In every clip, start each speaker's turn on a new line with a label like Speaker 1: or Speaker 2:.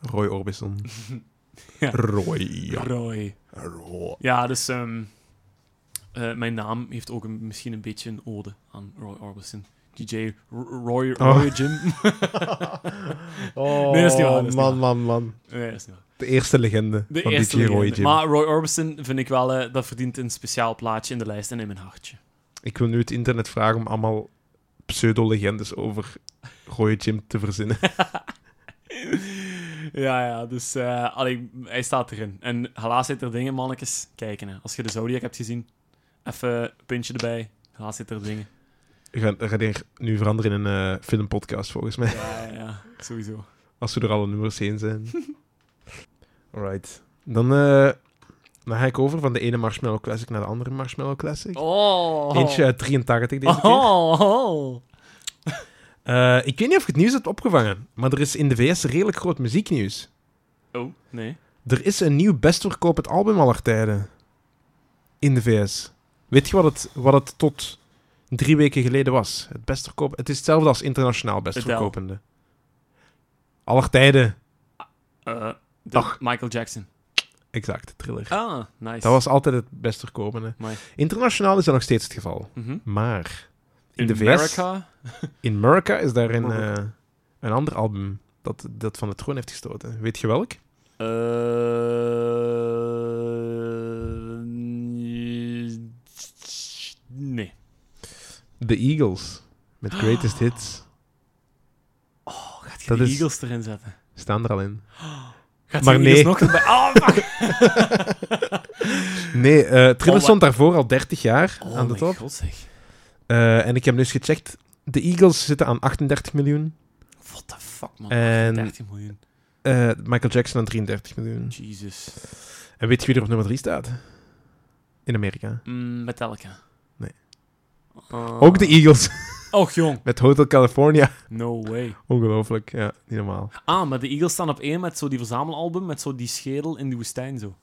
Speaker 1: Roy Orbison.
Speaker 2: Ja.
Speaker 1: Roy. Ja.
Speaker 2: Roy.
Speaker 1: Roy.
Speaker 2: Ja, dus ehm, eh, mijn naam heeft ook een- misschien een beetje een ode aan Roy Orbison. DJ R- Roy, Roy Jim.
Speaker 1: Oh,
Speaker 2: Nee, dat is niet waar, dat is niet
Speaker 1: man,
Speaker 2: waar.
Speaker 1: man, man.
Speaker 2: nee, dat is niet waar.
Speaker 1: De eerste legende
Speaker 2: De
Speaker 1: van
Speaker 2: eerste
Speaker 1: DJ Roy
Speaker 2: legende.
Speaker 1: Jim.
Speaker 2: Maar Roy Orbison vind ik wel, eh, dat verdient een speciaal plaatje in de lijst en in mijn hartje.
Speaker 1: Ik wil nu het internet vragen om allemaal pseudo-legendes over Roy Jim te verzinnen.
Speaker 2: Ja, ja, dus eh, allee, hij staat erin. En helaas zitten er dingen, mannetjes. Kijken, hè. als je de Zodiac hebt gezien, even een puntje erbij. Helaas zitten er dingen.
Speaker 1: We gaan, we gaan hier nu veranderen in een eh, filmpodcast, volgens mij.
Speaker 2: Ja, ja, ja, sowieso.
Speaker 1: Als we er alle nummers heen zijn. Alright. Dan, eh, dan ga ik over van de ene Marshmallow Classic naar de andere Marshmallow Classic.
Speaker 2: Oh!
Speaker 1: Eentje uit 83 deze keer.
Speaker 2: Oh, oh.
Speaker 1: Eh, ik weet niet of je het nieuws hebt opgevangen, maar er is in de VS redelijk groot muzieknieuws.
Speaker 2: Oh, nee.
Speaker 1: Er is een nieuw bestverkopend album aller tijden. In de VS. Weet je wat het, wat het tot drie weken geleden was? Het bestverkoop, het is hetzelfde als internationaal bestverkopende. Aller tijden.
Speaker 2: Eh, de-
Speaker 1: Dag.
Speaker 2: Michael Jackson.
Speaker 1: Exact, thriller.
Speaker 2: Ah, nice.
Speaker 1: Dat was altijd het bestverkopende.
Speaker 2: Mooi.
Speaker 1: Internationaal is dat nog steeds het geval.
Speaker 2: Mhm.
Speaker 1: Maar in,
Speaker 2: In
Speaker 1: de VS,
Speaker 2: America?
Speaker 1: in America is daar een,
Speaker 2: America.
Speaker 1: eh, een ander album dat, dat van de troon heeft gestoten. Weet je welk?
Speaker 2: Eh, nee.
Speaker 1: The Eagles. Met Greatest Hits.
Speaker 2: Oh, gaat je
Speaker 1: Dat
Speaker 2: de
Speaker 1: is-
Speaker 2: Eagles erin zetten?
Speaker 1: Staan er al in. Maar
Speaker 2: Gaat maar
Speaker 1: nee.
Speaker 2: nee. nog erbij? Oh, fuck!
Speaker 1: Nee, eh Thriller
Speaker 2: Oh,
Speaker 1: stond daarvoor al 30 jaar aan de
Speaker 2: mijn
Speaker 1: top.
Speaker 2: Oh god, zeg.
Speaker 1: Eh, en ik heb nu eens gecheckt. De Eagles zitten aan 38 miljoen.
Speaker 2: What the fuck, man.
Speaker 1: En-
Speaker 2: 30 miljoen.
Speaker 1: Eh, Michael Jackson aan 33 miljoen.
Speaker 2: Jesus.
Speaker 1: En weet je wie er op nummer 3 staat? In Amerika.
Speaker 2: Mm, Metallica.
Speaker 1: Nee.
Speaker 2: Eh,
Speaker 1: Ook de Eagles.
Speaker 2: Och, jong.
Speaker 1: Met Hotel California.
Speaker 2: No way.
Speaker 1: Ongelooflijk. Ja, niet normaal.
Speaker 2: Ah, maar de Eagles staan op één met zo die verzamelalbum met zo die schedel in de woestijn, zo.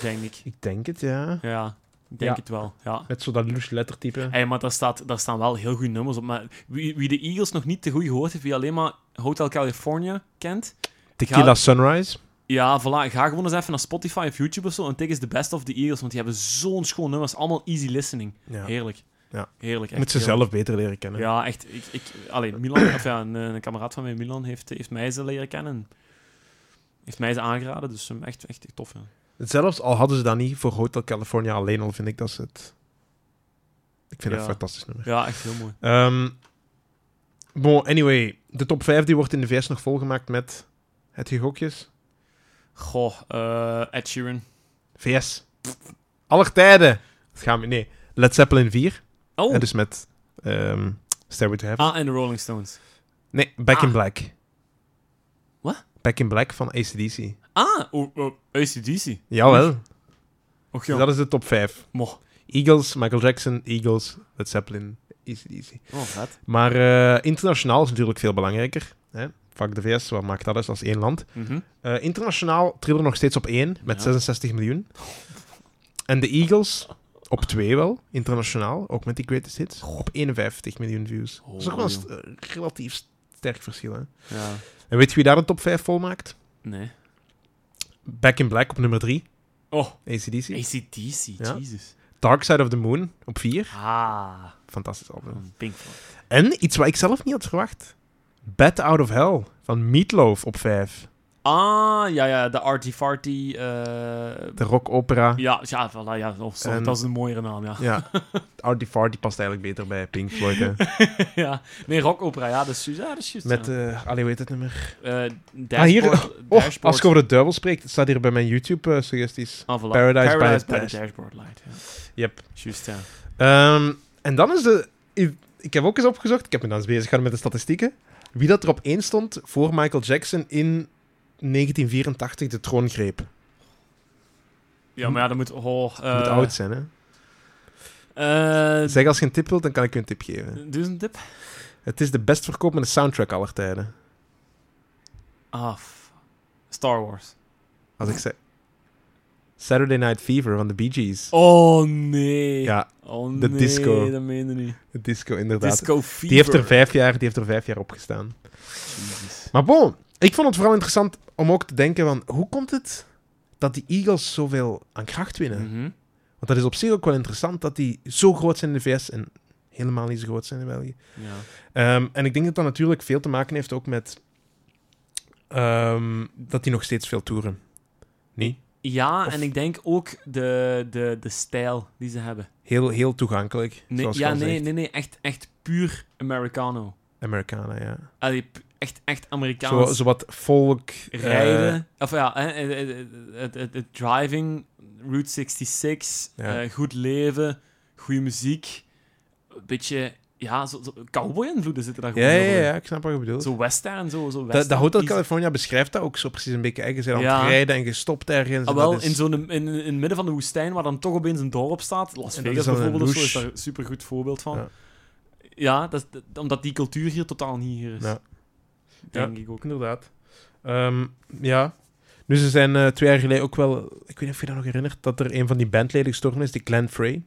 Speaker 2: Denk ik.
Speaker 1: Ik denk het, ja.
Speaker 2: Ja, ik denk
Speaker 1: Ja.
Speaker 2: het wel. Ja.
Speaker 1: Met zo dat loose lettertype.
Speaker 2: Hey, maar daar, staat, daar staan wel heel goede nummers op. Maar wie, wie de Eagles nog niet te goed gehoord heeft, wie alleen maar Hotel California kent,
Speaker 1: Tequila
Speaker 2: Ga-
Speaker 1: Sunrise.
Speaker 2: ja, voilà. Ga gewoon eens even naar Spotify of YouTube of zo en tik eens de best of the Eagles, want die hebben zo'n schoon nummers. Allemaal easy listening.
Speaker 1: Ja.
Speaker 2: Heerlijk.
Speaker 1: Ja.
Speaker 2: Heerlijk. echt
Speaker 1: Moet ze
Speaker 2: heerlijk.
Speaker 1: zelf beter leren kennen.
Speaker 2: Ja, echt. Ik, ik, alleen, Milan, of ja, een, een kameraad van mij, Milan, heeft, heeft mij ze leren kennen. Heeft mij ze aangeraden, dus um, echt, echt tof. Ja.
Speaker 1: Zelfs al hadden ze dat niet voor Hotel California alleen al, vind ik dat ze het... Ik vind het
Speaker 2: Ja.
Speaker 1: een fantastisch nummer.
Speaker 2: ja, echt heel mooi.
Speaker 1: Ehm bon, anyway. De top 5 die wordt in de VS nog volgemaakt met... Het je gokjes?
Speaker 2: Goh, eh, Ed Sheeran.
Speaker 1: VS. Aller tijden. Dat gaan we... Nee. Led Zeppelin 4.
Speaker 2: Oh,
Speaker 1: En dus met... ehm Stairway to Heaven.
Speaker 2: ah, en de Rolling Stones.
Speaker 1: Nee, Back in
Speaker 2: ah.
Speaker 1: Black.
Speaker 2: Wat?
Speaker 1: Back in Black van ACDC.
Speaker 2: Ah, oh, oh, ACDC.
Speaker 1: Jawel.
Speaker 2: Och,
Speaker 1: Dus
Speaker 2: ja.
Speaker 1: dat is de top 5.
Speaker 2: Mo.
Speaker 1: Eagles, Michael Jackson, Eagles, Led Zeppelin, ACDC.
Speaker 2: Oh, vet.
Speaker 1: Maar eh, internationaal is natuurlijk veel belangrijker. Hè? Vaak de VS, wat maakt dat uit als één land?
Speaker 2: Mhm.
Speaker 1: Eh, internationaal Thriller nog steeds op één, met
Speaker 2: Ja.
Speaker 1: 66 miljoen. En de Eagles op twee wel, internationaal, ook met die greatest hits, op 51 miljoen views. dat is ook wel een st- eh, relatief sterk verschil. Hè?
Speaker 2: Ja.
Speaker 1: En weet je wie daar een top 5 volmaakt?
Speaker 2: Nee.
Speaker 1: Back in Black op nummer 3,
Speaker 2: Oh,
Speaker 1: ACDC.
Speaker 2: ACDC,
Speaker 1: Ja.
Speaker 2: Jesus.
Speaker 1: Dark Side of the Moon op 4,
Speaker 2: Ah,
Speaker 1: fantastisch album.
Speaker 2: van Pink Floyd.
Speaker 1: En iets wat ik zelf niet had verwacht, Bad Out of Hell van Meatloaf op 5.
Speaker 2: Ah, ja, ja, de Arty Farty. eh,
Speaker 1: De rockopera.
Speaker 2: ja, ja, voilà, ja. Oh, sorry,
Speaker 1: En-
Speaker 2: dat is een mooiere naam, ja.
Speaker 1: Ja, Artie Farty past eigenlijk beter bij Pink Floyd. Hè.
Speaker 2: ja. Nee, rockopera, ja, dat is juist. Ja, dat is juist,
Speaker 1: Met,
Speaker 2: ja.
Speaker 1: eh allee, hoe heet het nummer?
Speaker 2: Eh,
Speaker 1: Ah, hier-
Speaker 2: dashboard,
Speaker 1: Oh,
Speaker 2: dashboard.
Speaker 1: als ik over de duivel spreek, het staat hier bij mijn YouTube-suggesties.
Speaker 2: Ah, voilà.
Speaker 1: Paradise by the
Speaker 2: by the
Speaker 1: Dash.
Speaker 2: Dashboard Light. Ja.
Speaker 1: Yep.
Speaker 2: Juist, ja.
Speaker 1: Ehm, en dan is de... Ik, ik heb ook eens opgezocht, ik heb me dan eens bezig gehouden met de statistieken, wie dat er op één stond voor Michael Jackson in 1984 de troon greep.
Speaker 2: Ja, maar ja, dat moet... Oh, eh,
Speaker 1: Hm. Moet oud zijn, hè?
Speaker 2: eh,
Speaker 1: Zeg als je een tip wilt, dan kan ik je een tip geven.
Speaker 2: doe eens een tip.
Speaker 1: Het is de best verkopende soundtrack aller tijden.
Speaker 2: Ah, f- Star Wars.
Speaker 1: Als ik zeg... Saturday Night Fever van de Bee Gees.
Speaker 2: Oh, nee.
Speaker 1: Ja,
Speaker 2: Oh,
Speaker 1: De
Speaker 2: nee,
Speaker 1: disco.
Speaker 2: dat meende niet.
Speaker 1: het disco, inderdaad.
Speaker 2: Disco Fever.
Speaker 1: Die heeft, er vijf jaar, die heeft er vijf jaar op gestaan.
Speaker 2: Jezus.
Speaker 1: Maar bon, Ik vond het vooral interessant om ook te denken van... Hoe komt het dat die Eagles zoveel aan kracht winnen?
Speaker 2: Mhm.
Speaker 1: Want dat is op zich ook wel interessant dat die zo groot zijn in de VS en helemaal niet zo groot zijn in België.
Speaker 2: Ja.
Speaker 1: Ehm, en ik denk dat dat natuurlijk veel te maken heeft ook met ehm, dat die nog steeds veel toeren. Nee?
Speaker 2: Ja,
Speaker 1: Of-
Speaker 2: en ik denk ook de, de, de stijl die ze hebben.
Speaker 1: Heel, heel toegankelijk,
Speaker 2: Nee,
Speaker 1: zoals
Speaker 2: ja,
Speaker 1: ja,
Speaker 2: nee,
Speaker 1: zegt.
Speaker 2: nee, nee, echt, echt puur Americano.
Speaker 1: Amerikanen, ja.
Speaker 2: Allee, pu- echt, echt
Speaker 1: Zo,
Speaker 2: Amerikaans
Speaker 1: zowat volk... eh,
Speaker 2: rijden. of ja, hè, eh, het, het- het, het- het driving, Route 66,
Speaker 1: Ja.
Speaker 2: eh, goed leven, goede muziek. Een beetje, ja, zo, zo, cowboy-invloeden zitten daar gewoon
Speaker 1: ja,
Speaker 2: heel
Speaker 1: ja,
Speaker 2: veel in.
Speaker 1: ja, ik snap wat je bedoelt.
Speaker 2: Zo western, zo, zo
Speaker 1: dat,
Speaker 2: western.
Speaker 1: dat Hotel
Speaker 2: is-
Speaker 1: California beschrijft dat ook zo precies een beetje. hè. Je bent aan
Speaker 2: Ja.
Speaker 1: het rijden en gestopt ergens.
Speaker 2: Ah,
Speaker 1: en
Speaker 2: wel,
Speaker 1: dat is-
Speaker 2: in, zo'n, in, in, in het midden van de woestijn, waar dan toch opeens een dorp staat. Las
Speaker 1: En dat
Speaker 2: Vegas
Speaker 1: is dan een
Speaker 2: bijvoorbeeld, of zo, is
Speaker 1: douche.
Speaker 2: daar een supergoed voorbeeld van. Ja,
Speaker 1: Ja.
Speaker 2: dat, is- dat- omdat die cultuur hier totaal niet hier is.
Speaker 1: Ja.
Speaker 2: Denk ik ook.
Speaker 1: Ook inderdaad. Ehm, ja. Nu, ze zijn eh, twee jaar geleden ook wel... Ik weet niet of je dat nog herinnert, dat er een van die bandleden gestorven is, die Glenn Frey.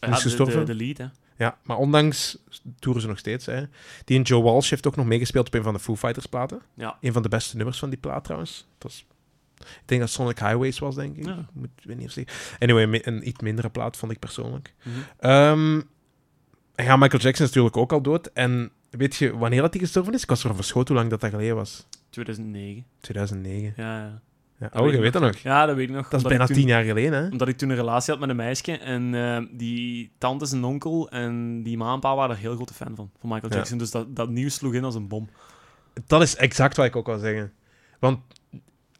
Speaker 2: Ja,
Speaker 1: Niet
Speaker 2: de-
Speaker 1: gestorven?
Speaker 2: De, de lead, hè.
Speaker 1: Ja, maar ondanks toeren ze nog steeds. Hè. Die en Joe Walsh heeft ook nog meegespeeld op een van de Foo Fighters platen.
Speaker 2: Ja.
Speaker 1: Een van de beste nummers van die plaat trouwens. Het was, ik denk dat Sonic Highways was, denk ik.
Speaker 2: Ja.
Speaker 1: Ik moet, ik weet niet of ze... Anyway, me- een iets mindere plaat vond ik persoonlijk.
Speaker 2: Mhm.
Speaker 1: Ehm, ja, Michael Jackson is natuurlijk ook al dood. En weet je wanneer dat hij gestorven is? Ik was er verschoten hoe lang dat dat geleden was.
Speaker 2: 2009.
Speaker 1: 2009.
Speaker 2: Ja, ja.
Speaker 1: Ja,
Speaker 2: Dat
Speaker 1: oh,
Speaker 2: weet
Speaker 1: je
Speaker 2: ik
Speaker 1: weet dat nog.
Speaker 2: ja, dat weet ik nog.
Speaker 1: Dat is
Speaker 2: omdat
Speaker 1: bijna
Speaker 2: ik toen-
Speaker 1: tien jaar geleden, hè?
Speaker 2: Omdat ik toen een relatie had met een meisje. En eh, die tante is een onkel. En die ma en pa waren er heel grote fan van. Van Michael
Speaker 1: Ja.
Speaker 2: Jackson. Dus dat, dat nieuws sloeg in als een bom.
Speaker 1: Dat is exact wat ik ook wil zeggen. Want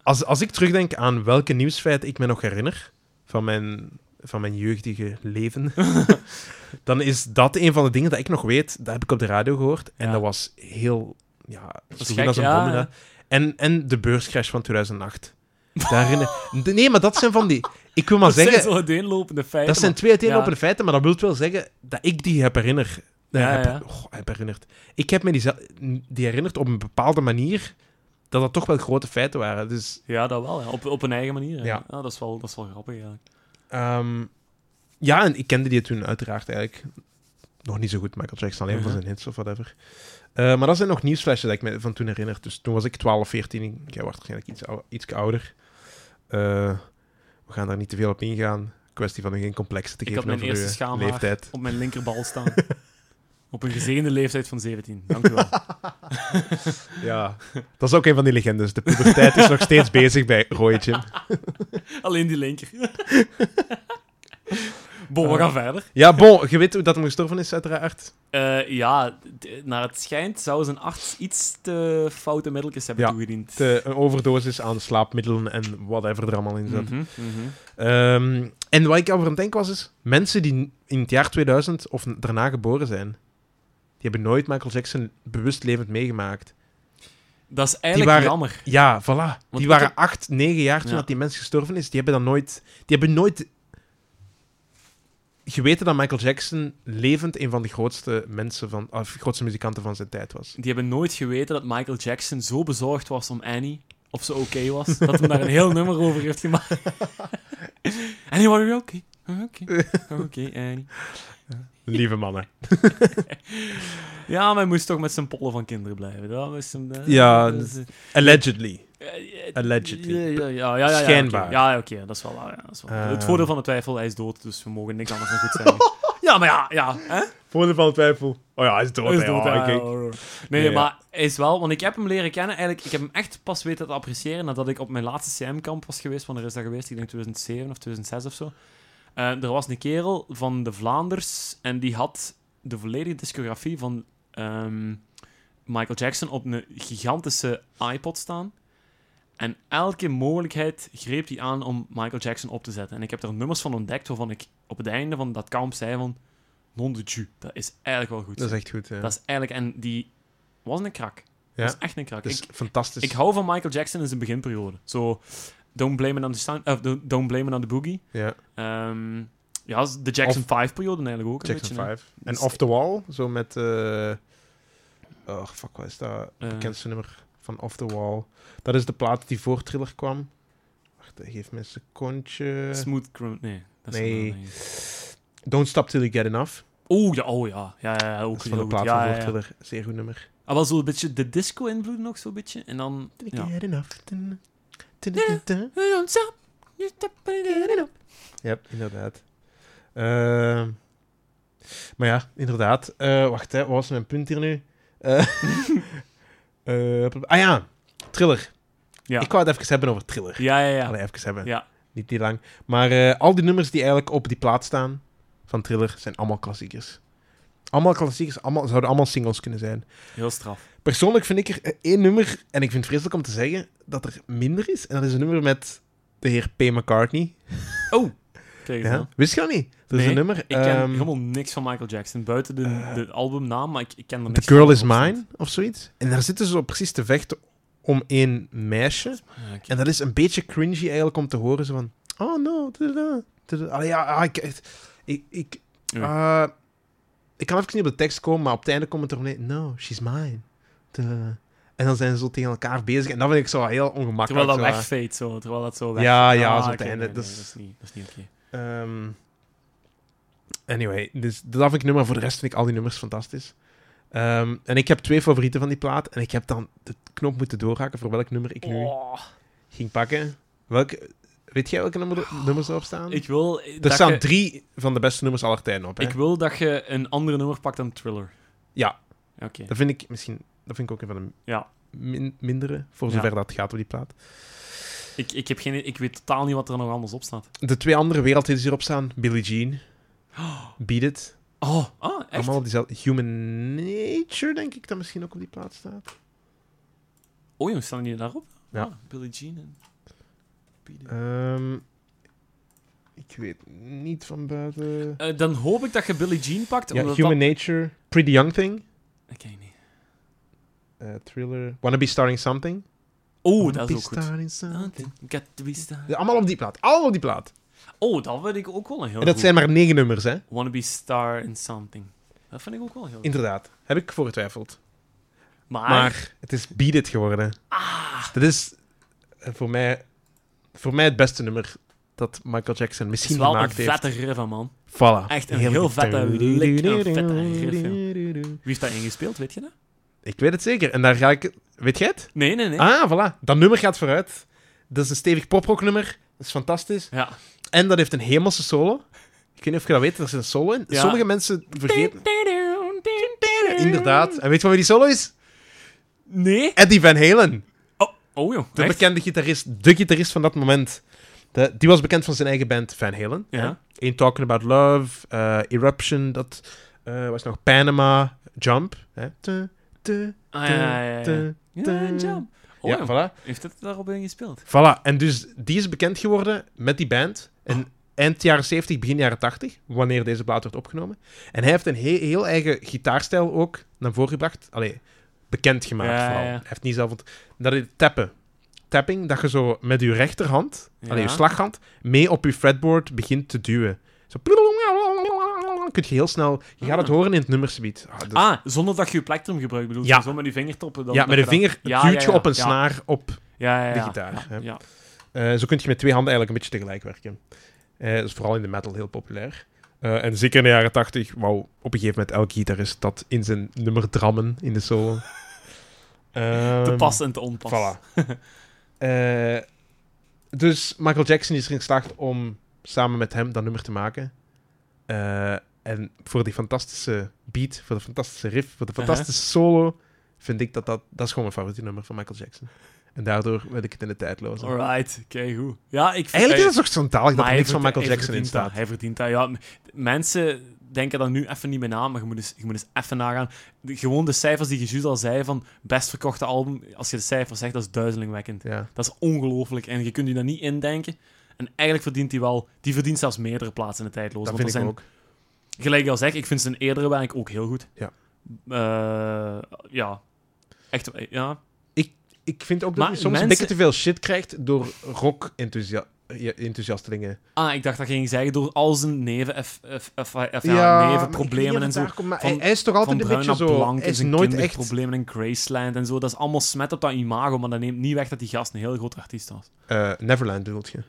Speaker 1: als, als ik terugdenk aan welke nieuwsfeiten ik me nog herinner van mijn, van mijn jeugdige leven, dan is dat een van de dingen dat ik nog weet. Dat heb ik op de radio gehoord. En
Speaker 2: Ja.
Speaker 1: dat was heel... Ja,
Speaker 2: Dat is
Speaker 1: sloeg in
Speaker 2: gek,
Speaker 1: als een
Speaker 2: ja.
Speaker 1: bom, hè. En, en de beurscrash van 2008. Daar herinner... Nee, maar dat zijn van die... Ik wil maar
Speaker 2: Dat zijn
Speaker 1: zeggen...
Speaker 2: zo uiteenlopende feiten.
Speaker 1: Dat zijn
Speaker 2: maar-
Speaker 1: twee uiteenlopende feiten, maar dat wil wel zeggen dat ik die heb herinner. eh,
Speaker 2: Ja,
Speaker 1: heb,
Speaker 2: ja.
Speaker 1: Goh, heb herinnerd. Ik heb me die, zel- die herinnerd op een bepaalde manier dat dat toch wel grote feiten waren. Dus
Speaker 2: Ja, dat wel. ja. Op, op een eigen manier. hè.
Speaker 1: Ja.
Speaker 2: Ah, dat, is wel, dat is wel grappig eigenlijk.
Speaker 1: ehm, ja, en ik kende die toen uiteraard eigenlijk nog niet zo goed. Michael Jackson alleen
Speaker 2: Mhm.
Speaker 1: van zijn hits of whatever. Eh, maar dat zijn nog nieuwsflesjes dat ik me van toen herinner. Dus toen was ik 12, 14. Jij was waarschijnlijk iets, ou- iets ouder. Eh, we gaan daar niet te veel op ingaan. Kwestie van geen complexen te
Speaker 2: Ik
Speaker 1: geven
Speaker 2: had mijn
Speaker 1: over
Speaker 2: eerste
Speaker 1: uw
Speaker 2: schaamhaar.
Speaker 1: leeftijd.
Speaker 2: Op mijn linkerbal staan. op een gezegende leeftijd van 17. Dank u wel.
Speaker 1: Ja, dat is ook een van die legendes. De puberteit is nog steeds bezig bij Roytje.
Speaker 2: Alleen die linker.
Speaker 1: Eh.
Speaker 2: bon, we gaan verder.
Speaker 1: Ja, bon, je weet hoe dat hem gestorven is, uiteraard.
Speaker 2: Eh, ja, d- naar het schijnt zou zijn arts iets te foute middeltjes hebben
Speaker 1: Ja,
Speaker 2: toegediend.
Speaker 1: De, een overdosis aan slaapmiddelen en whatever er allemaal in zat.
Speaker 2: Mhm, mhm.
Speaker 1: Ehm, en wat ik over aan het denken was, is... Mensen die in het jaar 2000 of daarna geboren zijn... Die hebben nooit Michael Jackson bewust levend meegemaakt.
Speaker 2: Dat is
Speaker 1: Die
Speaker 2: eigenlijk
Speaker 1: waren-
Speaker 2: jammer.
Speaker 1: Ja, voilà.
Speaker 2: ik
Speaker 1: die waren
Speaker 2: heb-
Speaker 1: acht, negen jaar toen
Speaker 2: Ja.
Speaker 1: dat die mens gestorven is. Die hebben dan nooit... Die hebben nooit geweten dat Michael Jackson levend een van de grootste mensen van... Of grootste muzikanten van zijn tijd was.
Speaker 2: Die hebben nooit geweten dat Michael Jackson zo bezorgd was om Annie, of ze oké was, dat hij daar een heel nummer over heeft gemaakt. Annie, were you okay? Oh, Oké, Oh, oké, Annie.
Speaker 1: Lieve mannen.
Speaker 2: Ja, maar hij moest toch met zijn pollen van kinderen blijven. Dat moest hem, eh,
Speaker 1: Ja,
Speaker 2: dat is, eh,
Speaker 1: Allegedly.
Speaker 2: eh, eh,
Speaker 1: Allegedly.
Speaker 2: Ja, ja, ja, ja, ja, ja,
Speaker 1: Schijnbaar.
Speaker 2: oké. Ja, oké, dat is wel waar. ja, dat is wel waar.
Speaker 1: Ehm.
Speaker 2: Het voordeel van de twijfel, hij is dood, dus we mogen niks anders dan goed zeggen. ja, maar ja, ja. Hè?
Speaker 1: Voordeel van twijfel. Oh ja, hij is dood.
Speaker 2: Hij is
Speaker 1: hè.
Speaker 2: dood,
Speaker 1: Ja,
Speaker 2: ja,
Speaker 1: kijk.
Speaker 2: hoor, hoor. Nee,
Speaker 1: Ja, ja.
Speaker 2: maar hij is wel, want ik heb hem leren kennen. Eigenlijk, ik heb hem echt pas weten te appreciëren nadat ik op mijn laatste CM-kamp was geweest. Want er is dat geweest, ik denk 2007 of 2006 of zo. Eh, er was een kerel van de Vlaanders en die had de volledige discografie van ehm, Michael Jackson op een gigantische iPod staan. En elke mogelijkheid greep hij aan om Michael Jackson op te zetten. En ik heb er nummers van ontdekt waarvan ik op het einde van dat kamp zei van... Non de Dieu, dat is eigenlijk wel goed.
Speaker 1: Dat is echt goed. Ja.
Speaker 2: Dat is eigenlijk... En die was een krak.
Speaker 1: Ja. Dus
Speaker 2: Dat is echt een krak.
Speaker 1: Dat is
Speaker 2: Ik,
Speaker 1: fantastisch.
Speaker 2: ik hou van Michael Jackson in zijn beginperiode. Zo, Don't Blame It On The, sound, eh, don't, don't blame it on the Boogie.
Speaker 1: ja.
Speaker 2: Ehm, ja, de Jackson 5-periode eigenlijk ook een
Speaker 1: Jackson
Speaker 2: beetje. hè.
Speaker 1: 5. En
Speaker 2: Dus-
Speaker 1: Off The Wall, zo met... eh Oh, fuck, wat is dat?
Speaker 2: Eh,
Speaker 1: bekendste nummer van Off The Wall. Dat is de plaat die voor Thriller kwam. Wacht, eh, geef me een secondje.
Speaker 2: Smooth Criminal... Nee. Dat is
Speaker 1: Nee.
Speaker 2: een andere.
Speaker 1: Don't Stop Till You Get Enough.
Speaker 2: Oh ja, oh ja. Ja, ja, ja, ook
Speaker 1: Dat is
Speaker 2: heel
Speaker 1: van de plaat
Speaker 2: goed. Ja,
Speaker 1: van
Speaker 2: ja,
Speaker 1: voor
Speaker 2: ja.
Speaker 1: Thriller. Zeer goed nummer.
Speaker 2: Ah, wel zo'n beetje de disco-invloed nog, zo'n beetje. En dan... Ja.
Speaker 1: Get enough. Ja, inderdaad. Ehm, maar ja, inderdaad. Eh, wacht, hè, wat was mijn punt hier nu? Eh, eh, ah ja, Thriller.
Speaker 2: Ja.
Speaker 1: Ik wou het even hebben over Thriller.
Speaker 2: Ja, ja, ja.
Speaker 1: Allee, even hebben.
Speaker 2: Ja.
Speaker 1: Niet die lang. Maar eh, al die nummers die eigenlijk op die plaat staan van Thriller zijn allemaal klassiekers. Allemaal klassiekers, allemaal, zouden allemaal singles kunnen zijn.
Speaker 2: Heel straf.
Speaker 1: Persoonlijk vind ik er eh, één nummer, en ik vind het vreselijk om te zeggen, dat er minder is. En dat is een nummer met de heer P. McCartney.
Speaker 2: Oh! Kijk eens
Speaker 1: Ja.
Speaker 2: aan.
Speaker 1: Wist je dat niet? Dat is
Speaker 2: Nee,
Speaker 1: een nummer.
Speaker 2: Ik ken
Speaker 1: ehm, Eh,
Speaker 2: helemaal niks van Michael Jackson. Buiten de, de albumnaam, maar ik, ik ken er
Speaker 1: The
Speaker 2: niks
Speaker 1: Girl
Speaker 2: van.
Speaker 1: Is Mine of zoiets. En daar zitten ze zo precies te vechten om één meisje.
Speaker 2: Ah, oké.
Speaker 1: En dat is een beetje cringy eigenlijk om te horen. Zo van, oh no. dada, dada. Allee, ja, ah, ik, het- ik, ik,
Speaker 2: Oei.
Speaker 1: eh, ik kan even niet op de tekst komen, maar op het einde komt het erop neer. No, she's mine. Dada. En dan zijn ze zo tegen elkaar bezig. En dat vind ik zo heel ongemakkelijk.
Speaker 2: Terwijl dat
Speaker 1: zo,
Speaker 2: wegfade, zo. Terwijl dat zo weg... Ah,
Speaker 1: Ja, ja, zo op het
Speaker 2: oké,
Speaker 1: einde,
Speaker 2: nee, nee,
Speaker 1: dat
Speaker 2: dat
Speaker 1: is-
Speaker 2: is niet, dat is niet oké.
Speaker 1: eh, ehm, anyway, dus dat vind ik nummer. Voor de rest vind ik al die nummers fantastisch. Ehm, en ik heb twee favorieten van die plaat. En ik heb dan de knop moeten doorhaken voor welk nummer ik nu
Speaker 2: Oh,
Speaker 1: ging pakken. Welke, weet jij welke nummer, nummers erop staan?
Speaker 2: ik wil...
Speaker 1: er
Speaker 2: dat
Speaker 1: staan
Speaker 2: je-
Speaker 1: drie van de beste nummers aller tijden op. Hè?
Speaker 2: Ik wil dat je een andere nummer pakt dan Thriller.
Speaker 1: Ja.
Speaker 2: Oké.
Speaker 1: Dat vind ik misschien dat vind ik ook een van de
Speaker 2: Ja.
Speaker 1: min- mindere, voor
Speaker 2: Ja.
Speaker 1: zover dat gaat op die plaat.
Speaker 2: Ik, ik, heb geen, ik weet totaal niet wat er nog anders op staat.
Speaker 1: De twee andere wereldhits die erop staan, Billie Jean, Beat It,
Speaker 2: Oh, ah, echt?
Speaker 1: allemaal op diezelfde... Human Nature, denk ik, dat misschien ook op die plaat staat.
Speaker 2: Oh jongens, staan die daarop?
Speaker 1: Ja.
Speaker 2: Ah, Billie Jean en... Billie-
Speaker 1: Ehm, ik weet niet van buiten...
Speaker 2: Eh, dan hoop ik dat je Billie Jean pakt.
Speaker 1: Ja,
Speaker 2: omdat
Speaker 1: Human
Speaker 2: dat...
Speaker 1: Nature, Pretty Young Thing,
Speaker 2: Ik ken die niet.
Speaker 1: eh, Thriller, Wanna Be Starting Something.
Speaker 2: Oh,
Speaker 1: Wanna
Speaker 2: dat
Speaker 1: be
Speaker 2: is ook goed.
Speaker 1: starting something.
Speaker 2: Got to be star-
Speaker 1: Ja, allemaal op die plaat. Allemaal op die plaat.
Speaker 2: Oh, dat vind ik ook wel een heel
Speaker 1: En dat
Speaker 2: goed.
Speaker 1: zijn maar negen nummers, hè?
Speaker 2: Wanna be star in something. Dat vind ik ook wel heel goed.
Speaker 1: Inderdaad. Heb ik voor getwijfeld.
Speaker 2: Maar,
Speaker 1: Maar het is Beat It geworden.
Speaker 2: ah,
Speaker 1: Dat is eh, voor mij, voor mij het beste nummer dat Michael Jackson
Speaker 2: het is
Speaker 1: misschien
Speaker 2: wel een
Speaker 1: gemaakt heeft.
Speaker 2: vette riff, hè, man.
Speaker 1: Voilà.
Speaker 2: echt een
Speaker 1: Heerlijke
Speaker 2: heel vette
Speaker 1: tang.
Speaker 2: lick en een vette Wie heeft dat ingespeeld, weet je dat?
Speaker 1: Ik weet het zeker. En daar ga ik... Weet jij het?
Speaker 2: Nee, nee, nee.
Speaker 1: Ah, voilà. Dat nummer gaat vooruit. Dat is een stevig poprocknummer. Dat is fantastisch.
Speaker 2: Ja.
Speaker 1: En dat heeft een hemelse solo. Ik weet niet of je dat weet, er is een solo in.
Speaker 2: Ja.
Speaker 1: Sommige mensen vergeten... Inderdaad. En weet je van wie die solo is?
Speaker 2: Nee.
Speaker 1: Eddie Van Halen.
Speaker 2: Oh, oh joh.
Speaker 1: De
Speaker 2: echt?
Speaker 1: bekende gitarist, de gitarist van dat moment. De- die was bekend van zijn eigen band Van Halen.
Speaker 2: Ja.
Speaker 1: hè. In Talking About Love, eh, Eruption, dat eh, was nog Panama, Jump. Hè? Te, te,
Speaker 2: Ah, ja, ja, ja, ja.
Speaker 1: te.
Speaker 2: Ja, jump. Oh,
Speaker 1: ja,
Speaker 2: joh.
Speaker 1: voilà.
Speaker 2: Heeft het daarop ingespeeld?
Speaker 1: voilà. En dus die is bekend geworden met die band.
Speaker 2: Ah.
Speaker 1: En eind jaren 70, begin jaren 80, wanneer deze plaat werd opgenomen. En hij heeft een he- heel eigen gitaarstijl ook naar voren gebracht. Allee, bekend gemaakt
Speaker 2: Ja,
Speaker 1: vooral.
Speaker 2: ja.
Speaker 1: Hij heeft niet zelf... ont- Dat is tappen. Tapping, dat je zo met je rechterhand
Speaker 2: Ja.
Speaker 1: Allee, je slaghand mee op je fretboard begint te duwen. Zo. Kun je heel snel. Je gaat het
Speaker 2: Ah.
Speaker 1: horen in het nummersgebied. Ah, dat-
Speaker 2: Ah, zonder dat je je plektrum gebruikt, bedoel je?
Speaker 1: Ja.
Speaker 2: Zo met je vingertoppen. Dan,
Speaker 1: ja,
Speaker 2: dat
Speaker 1: met de
Speaker 2: je dat-
Speaker 1: vinger
Speaker 2: Ja,
Speaker 1: duwt
Speaker 2: ja,
Speaker 1: je op
Speaker 2: ja,
Speaker 1: een
Speaker 2: ja.
Speaker 1: snaar op.
Speaker 2: Ja, ja, ja.
Speaker 1: de gitaar,
Speaker 2: Ja,
Speaker 1: hè.
Speaker 2: ja.
Speaker 1: Eh, zo kun je met twee handen eigenlijk een beetje tegelijk werken. Eh, dat is vooral in de metal heel populair. Eh, en zeker in de jaren 80 wou op een gegeven moment elk gitarist dat in zijn nummer drammen in de solo.
Speaker 2: Te
Speaker 1: Ehm,
Speaker 2: pas en te onpas.
Speaker 1: Voilà. Eh, dus Michael Jackson is erin geslaagd om samen met hem dat nummer te maken. Eh, en voor die fantastische beat, voor de fantastische riff, voor de fantastische solo, vind ik dat dat... Dat is gewoon mijn favoriete nummer van Michael Jackson. En daardoor wil ik het in de tijdloze.
Speaker 2: Alright, kijk hoe. Ja, ik vind-
Speaker 1: Eigenlijk is
Speaker 2: eh,
Speaker 1: het toch schandalig dat
Speaker 2: maar
Speaker 1: er
Speaker 2: hij
Speaker 1: niks van
Speaker 2: verd-
Speaker 1: Michael
Speaker 2: hij
Speaker 1: Jackson in
Speaker 2: verdient
Speaker 1: staat.
Speaker 2: dat, Hij verdient dat, ja. M- Mensen denken dat nu even niet meer na, maar je moet eens, je moet eens even nagaan. De- gewoon de cijfers die je juist al zei van best verkochte album, als je de cijfers zegt, dat is duizelingwekkend.
Speaker 1: Ja.
Speaker 2: Dat is ongelooflijk en je kunt je daar niet indenken. En eigenlijk verdient hij wel, die verdient zelfs meerdere plaatsen in de tijdloze.
Speaker 1: Dat
Speaker 2: want
Speaker 1: vind
Speaker 2: er
Speaker 1: ik
Speaker 2: zijn
Speaker 1: ook.
Speaker 2: Gelijk ik al zeg, ik vind zijn eerdere werk ook heel goed.
Speaker 1: Ja.
Speaker 2: Eh, ja. Echt, eh, ja.
Speaker 1: Ik vind ook dat
Speaker 2: Maar
Speaker 1: hij soms een
Speaker 2: mensen-
Speaker 1: beetje te veel shit krijgt door rock-enthousiastelingen.
Speaker 2: Ah, ik dacht dat ging je zeggen door al zijn neven, F, F, F, F, nevenproblemen en zo.
Speaker 1: maar
Speaker 2: Van-
Speaker 1: hij, hij is toch
Speaker 2: Van
Speaker 1: altijd een
Speaker 2: bruin
Speaker 1: beetje
Speaker 2: naar
Speaker 1: zo...
Speaker 2: blank
Speaker 1: hij
Speaker 2: en
Speaker 1: is
Speaker 2: zijn
Speaker 1: nooit echt...
Speaker 2: kinderproblemen en Graceland en zo. Dat is allemaal smet op dat imago, maar dat neemt niet weg dat die gast een heel groot artiest was.
Speaker 1: Eh, Neverland bedoelt je.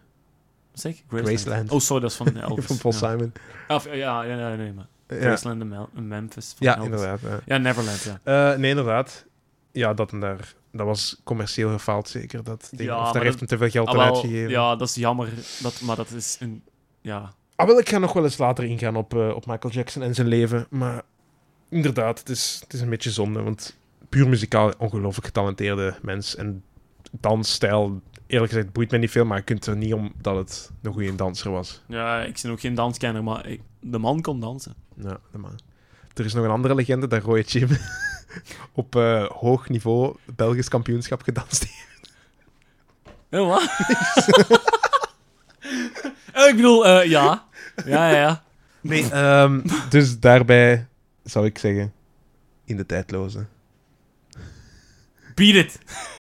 Speaker 2: Zeg? Graceland.
Speaker 1: Graceland.
Speaker 2: Oh, sorry, dat is van Elvis.
Speaker 1: van Paul
Speaker 2: ja.
Speaker 1: Simon.
Speaker 2: Of, ja, ja, ja, nee, maar
Speaker 1: Ja,
Speaker 2: Graceland en Mel- en Memphis van
Speaker 1: ja
Speaker 2: Elvis.
Speaker 1: inderdaad. ja.
Speaker 2: Ja, Neverland, ja.
Speaker 1: Eh, nee, inderdaad. ja, dat en daar. Dat was commercieel gefaald, zeker. Dat ding.
Speaker 2: Ja,
Speaker 1: of
Speaker 2: maar
Speaker 1: daar
Speaker 2: dat-
Speaker 1: heeft hem te veel geld
Speaker 2: Ah,
Speaker 1: aan
Speaker 2: wel,
Speaker 1: uitgegeven.
Speaker 2: ja, dat is jammer. Dat, maar dat is een... Ja.
Speaker 1: Ah, wel, ik ga nog wel eens later ingaan op, eh, op Michael Jackson en zijn leven. Maar inderdaad, het is, het is een beetje zonde. Want puur muzikaal, ongelooflijk getalenteerde mens. En dansstijl, eerlijk gezegd, boeit mij niet veel. Maar je kunt er niet om dat het een goede danser was.
Speaker 2: ja, ik ben ook geen danskenner, maar ik- de man kon dansen.
Speaker 1: Ja, de man. Er is nog een andere legende dat Roy Jim op eh, hoog niveau Belgisch kampioenschap gedanst heeft.
Speaker 2: Hé, wat? Eh, ik bedoel, eh, ja. Ja, ja, ja.
Speaker 1: Nee, ehm, dus daarbij zou ik zeggen, in de tijdloze.
Speaker 2: Beat it.